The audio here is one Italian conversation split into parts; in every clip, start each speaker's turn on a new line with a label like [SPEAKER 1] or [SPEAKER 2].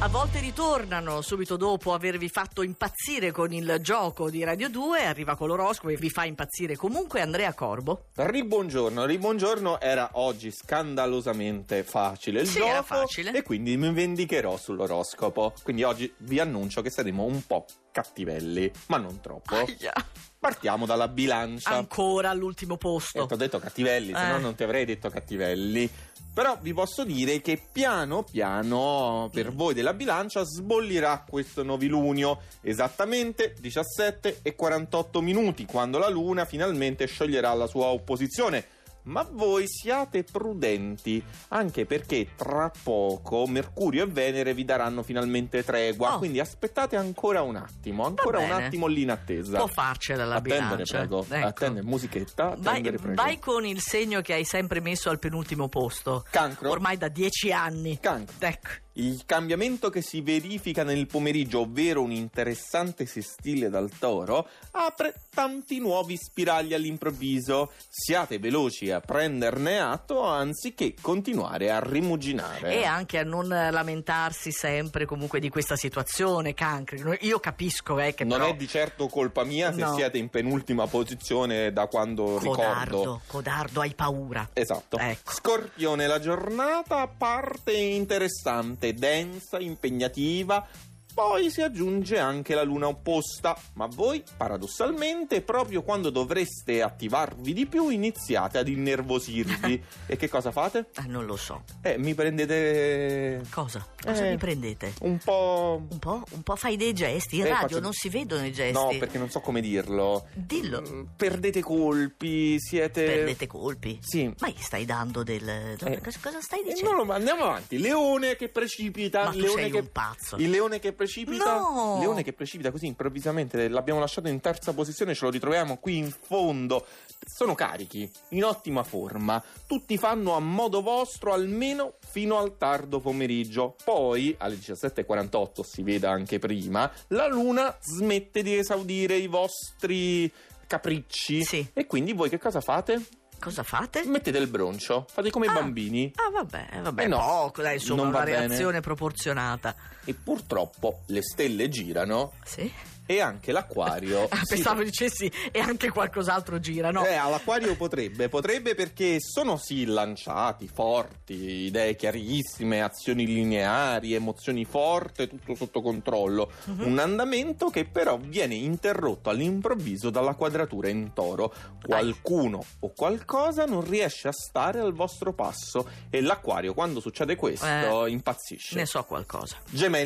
[SPEAKER 1] A volte ritornano subito dopo avervi fatto impazzire con il gioco di Radio 2, arriva con l'oroscopo e vi fa impazzire comunque Andrea Corbo.
[SPEAKER 2] Ribongiorno, ribongiorno era oggi scandalosamente facile il
[SPEAKER 1] Sì,
[SPEAKER 2] gioco
[SPEAKER 1] era facile.
[SPEAKER 2] e quindi mi vendicherò sull'oroscopo. Quindi oggi vi annuncio che saremo un po' cattivelli, ma non troppo.
[SPEAKER 1] Aia.
[SPEAKER 2] Partiamo dalla bilancia.
[SPEAKER 1] Ancora all'ultimo
[SPEAKER 2] Eh,
[SPEAKER 1] posto.
[SPEAKER 2] ti ho detto cattivelli, se no
[SPEAKER 1] Eh.
[SPEAKER 2] non ti avrei detto cattivelli. Però vi posso dire che piano piano
[SPEAKER 1] Mm.
[SPEAKER 2] per voi della bilancia sbollirà questo novilunio esattamente 17 e 48 minuti quando la luna finalmente scioglierà la sua opposizione. Ma voi siate prudenti, anche perché tra poco Mercurio e Venere vi daranno finalmente tregua,
[SPEAKER 1] Oh.
[SPEAKER 2] quindi aspettate ancora un attimo, ancora un
[SPEAKER 1] bene.
[SPEAKER 2] attimo lì in attesa.
[SPEAKER 1] Può farcela la
[SPEAKER 2] Attendere,
[SPEAKER 1] bilancia.
[SPEAKER 2] prego.
[SPEAKER 1] Ecco.
[SPEAKER 2] Attendere, musichetta.
[SPEAKER 1] Vai,
[SPEAKER 2] Attendere, prego.
[SPEAKER 1] vai con il segno che hai sempre messo al penultimo posto,
[SPEAKER 2] Cancro.
[SPEAKER 1] ormai da dieci anni.
[SPEAKER 2] Cancro.
[SPEAKER 1] Ecco.
[SPEAKER 2] Il cambiamento che si verifica nel pomeriggio, ovvero un interessante sestile dal toro, apre tanti nuovi spiragli all'improvviso. Siate veloci a prenderne atto anziché continuare a rimuginare.
[SPEAKER 1] E anche a non eh, lamentarsi sempre comunque di questa situazione, cancri. No, Io capisco eh, che
[SPEAKER 2] non
[SPEAKER 1] però-
[SPEAKER 2] è di certo colpa mia se
[SPEAKER 1] No.
[SPEAKER 2] siete in penultima posizione da quando ricordo.
[SPEAKER 1] Codardo, codardo, hai paura.
[SPEAKER 2] Esatto.
[SPEAKER 1] Ecco.
[SPEAKER 2] Scorpione, la giornata parte interessante, densa, impegnativa. Poi si aggiunge anche la luna opposta, ma voi paradossalmente proprio quando dovreste attivarvi di più iniziate ad innervosirvi. e che cosa fate?
[SPEAKER 1] Eh, non lo so.
[SPEAKER 2] Eh, mi prendete
[SPEAKER 1] Cosa? Cosa
[SPEAKER 2] Eh.
[SPEAKER 1] mi prendete?
[SPEAKER 2] un po'...
[SPEAKER 1] Un po', un po' fai dei gesti. In
[SPEAKER 2] Eh,
[SPEAKER 1] radio
[SPEAKER 2] faccio-
[SPEAKER 1] non si vedono i gesti.
[SPEAKER 2] No, perché non so come dirlo.
[SPEAKER 1] Dillo.
[SPEAKER 2] Mm, Perdete colpi, siete...
[SPEAKER 1] Perdete colpi.
[SPEAKER 2] Sì.
[SPEAKER 1] Ma gli stai dando del.
[SPEAKER 2] Eh.
[SPEAKER 1] Cosa, cosa stai
[SPEAKER 2] Eh,
[SPEAKER 1] dicendo?
[SPEAKER 2] non lo- ma andiamo avanti. Leone che precipita.
[SPEAKER 1] Ma tu
[SPEAKER 2] leone
[SPEAKER 1] sei
[SPEAKER 2] che...
[SPEAKER 1] un pazzo.
[SPEAKER 2] Il leone che precipita.
[SPEAKER 1] No!
[SPEAKER 2] Leone che precipita così improvvisamente. L'abbiamo lasciato in terza posizione, ce lo ritroviamo qui in fondo. Sono carichi, in ottima forma. Tutti fanno a modo vostro almeno fino al tardo pomeriggio. Poi, alle 17.48, si veda anche prima, la luna smette di esaudire i vostri capricci.
[SPEAKER 1] Sì.
[SPEAKER 2] E quindi voi che cosa fate?
[SPEAKER 1] Cosa fate?
[SPEAKER 2] Mettete il broncio. Fate come
[SPEAKER 1] Ah.
[SPEAKER 2] i bambini.
[SPEAKER 1] Ah, vabbè, vabbè.
[SPEAKER 2] Mm. Eh no,
[SPEAKER 1] poco, dai, insomma,
[SPEAKER 2] non va
[SPEAKER 1] una
[SPEAKER 2] bene.
[SPEAKER 1] reazione proporzionata.
[SPEAKER 2] E purtroppo le stelle girano
[SPEAKER 1] Sì?
[SPEAKER 2] e anche l'acquario.
[SPEAKER 1] Ah,
[SPEAKER 2] si-
[SPEAKER 1] pensavo dicessi e anche qualcos'altro gira, no?
[SPEAKER 2] Eh, all'acquario potrebbe, potrebbe perché sono sì lanciati, forti, idee chiarissime, azioni lineari, emozioni forti, tutto sotto controllo.
[SPEAKER 1] Mhm.
[SPEAKER 2] Un andamento che però viene interrotto all'improvviso dalla quadratura in toro. Qualcuno o qualcosa non riesce a stare al vostro passo e l'acquario quando succede questo impazzisce.
[SPEAKER 1] Eh. Ne so qualcosa.
[SPEAKER 2] Gemelli.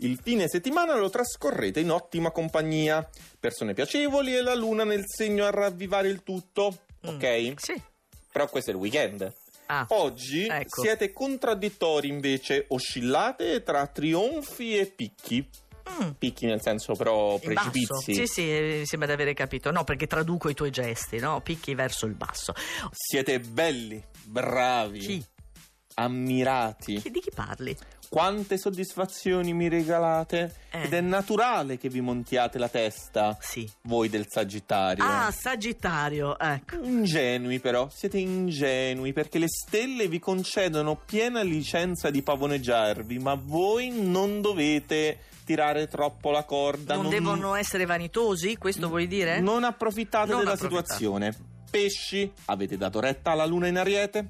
[SPEAKER 2] Il fine settimana lo trascorrete in ottima compagnia. Persone piacevoli e la luna nel segno a ravvivare il tutto.
[SPEAKER 1] Mm.
[SPEAKER 2] Ok?
[SPEAKER 1] Sì.
[SPEAKER 2] Però questo è il weekend.
[SPEAKER 1] Ah,
[SPEAKER 2] Oggi
[SPEAKER 1] Ecco.
[SPEAKER 2] siete contraddittori invece, oscillate tra trionfi e picchi.
[SPEAKER 1] mm,
[SPEAKER 2] Picchi nel senso però
[SPEAKER 1] in basso.
[SPEAKER 2] precipizi.
[SPEAKER 1] Sì, sì, eh, mi sembra di avere capito. No, perché traduco i tuoi gesti, no? Picchi verso il basso.
[SPEAKER 2] Siete belli, bravi,
[SPEAKER 1] Chi?
[SPEAKER 2] ammirati.
[SPEAKER 1] Chi- Di chi parli?
[SPEAKER 2] Quante soddisfazioni mi regalate.
[SPEAKER 1] Eh.
[SPEAKER 2] Ed è naturale che vi montiate la testa.
[SPEAKER 1] Sì.
[SPEAKER 2] voi del Sagittario.
[SPEAKER 1] Ah, Sagittario, ecco.
[SPEAKER 2] Ingenui però, siete ingenui perché le stelle vi concedono piena licenza di pavoneggiarvi, ma voi non dovete tirare troppo la corda.
[SPEAKER 1] Non, devono essere vanitosi, questo vuoi dire?
[SPEAKER 2] Non approfittate
[SPEAKER 1] Non
[SPEAKER 2] della
[SPEAKER 1] approfittate.
[SPEAKER 2] situazione. Pesci, avete dato retta alla luna in ariete?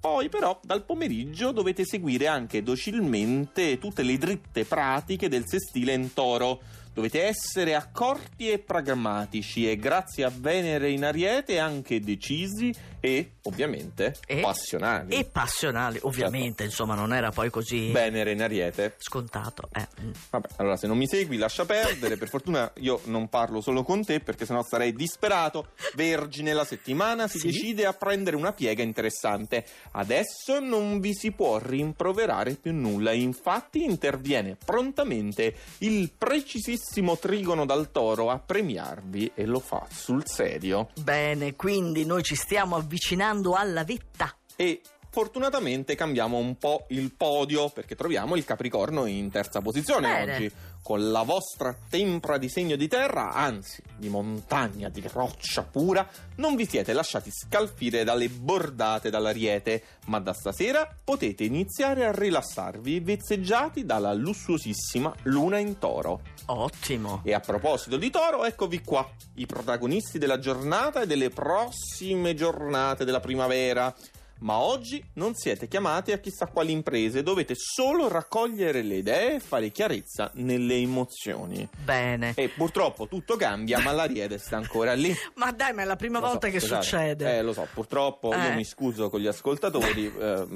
[SPEAKER 2] Poi però dal pomeriggio dovete seguire anche docilmente tutte le dritte pratiche del sestile in toro. Dovete essere accorti e pragmatici e grazie a Venere in ariete anche decisi e ovviamente
[SPEAKER 1] E?
[SPEAKER 2] passionali.
[SPEAKER 1] E passionali, ovviamente,
[SPEAKER 2] Certo.
[SPEAKER 1] insomma, non era poi così
[SPEAKER 2] Venere in ariete.
[SPEAKER 1] scontato. eh. Mm.
[SPEAKER 2] Vabbè, allora se non mi segui lascia perdere, per fortuna io non parlo solo con te perché sennò sarei disperato. Vergine, la settimana si
[SPEAKER 1] Sì?
[SPEAKER 2] decide a prendere una piega interessante. Adesso non vi si può rimproverare più nulla, infatti interviene prontamente il precisissimo trigono dal toro a premiarvi e lo fa sul serio.
[SPEAKER 1] Bene, quindi noi ci stiamo avvicinando alla vetta.
[SPEAKER 2] E fortunatamente cambiamo un po' il podio perché troviamo il Capricorno in terza posizione
[SPEAKER 1] Bene.
[SPEAKER 2] oggi con la vostra tempra di segno di terra, anzi di montagna, di roccia pura, non vi siete lasciati scalfire dalle bordate dall'ariete, ma da stasera potete iniziare a rilassarvi vezzeggiati dalla lussuosissima luna in toro.
[SPEAKER 1] Ottimo.
[SPEAKER 2] E a proposito di Toro, eccovi qua, i protagonisti della giornata e delle prossime giornate della primavera. Ma oggi non siete chiamati a chissà quali imprese, dovete solo raccogliere le idee e fare chiarezza nelle emozioni.
[SPEAKER 1] Bene.
[SPEAKER 2] E purtroppo tutto cambia, ma l'Ariete sta ancora lì.
[SPEAKER 1] Ma dai, ma è la prima
[SPEAKER 2] Lo so,
[SPEAKER 1] volta che
[SPEAKER 2] scusate.
[SPEAKER 1] succede.
[SPEAKER 2] Eh, lo so, purtroppo
[SPEAKER 1] Eh.
[SPEAKER 2] io mi scuso con gli ascoltatori, eh,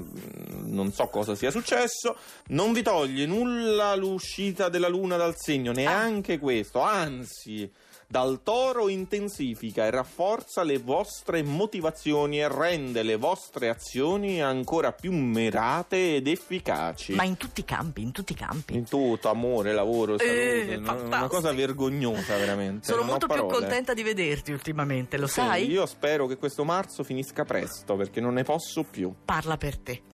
[SPEAKER 2] non so cosa sia successo. Non vi toglie nulla l'uscita della luna dal
[SPEAKER 1] Ah.
[SPEAKER 2] segno, neanche questo, anzi. Dal toro intensifica e rafforza le vostre motivazioni e rende le vostre azioni ancora più mirate ed efficaci.
[SPEAKER 1] Ma in tutti i campi, in tutti i campi.
[SPEAKER 2] In tutto, amore, lavoro, salute, una- una
[SPEAKER 1] Eh, fantastico.
[SPEAKER 2] cosa vergognosa veramente.
[SPEAKER 1] Sono
[SPEAKER 2] non ho
[SPEAKER 1] molto più
[SPEAKER 2] parole.
[SPEAKER 1] contenta di vederti ultimamente, lo
[SPEAKER 2] Sì,
[SPEAKER 1] sai?
[SPEAKER 2] Io spero che questo marzo finisca presto perché non ne posso più.
[SPEAKER 1] Parla per te.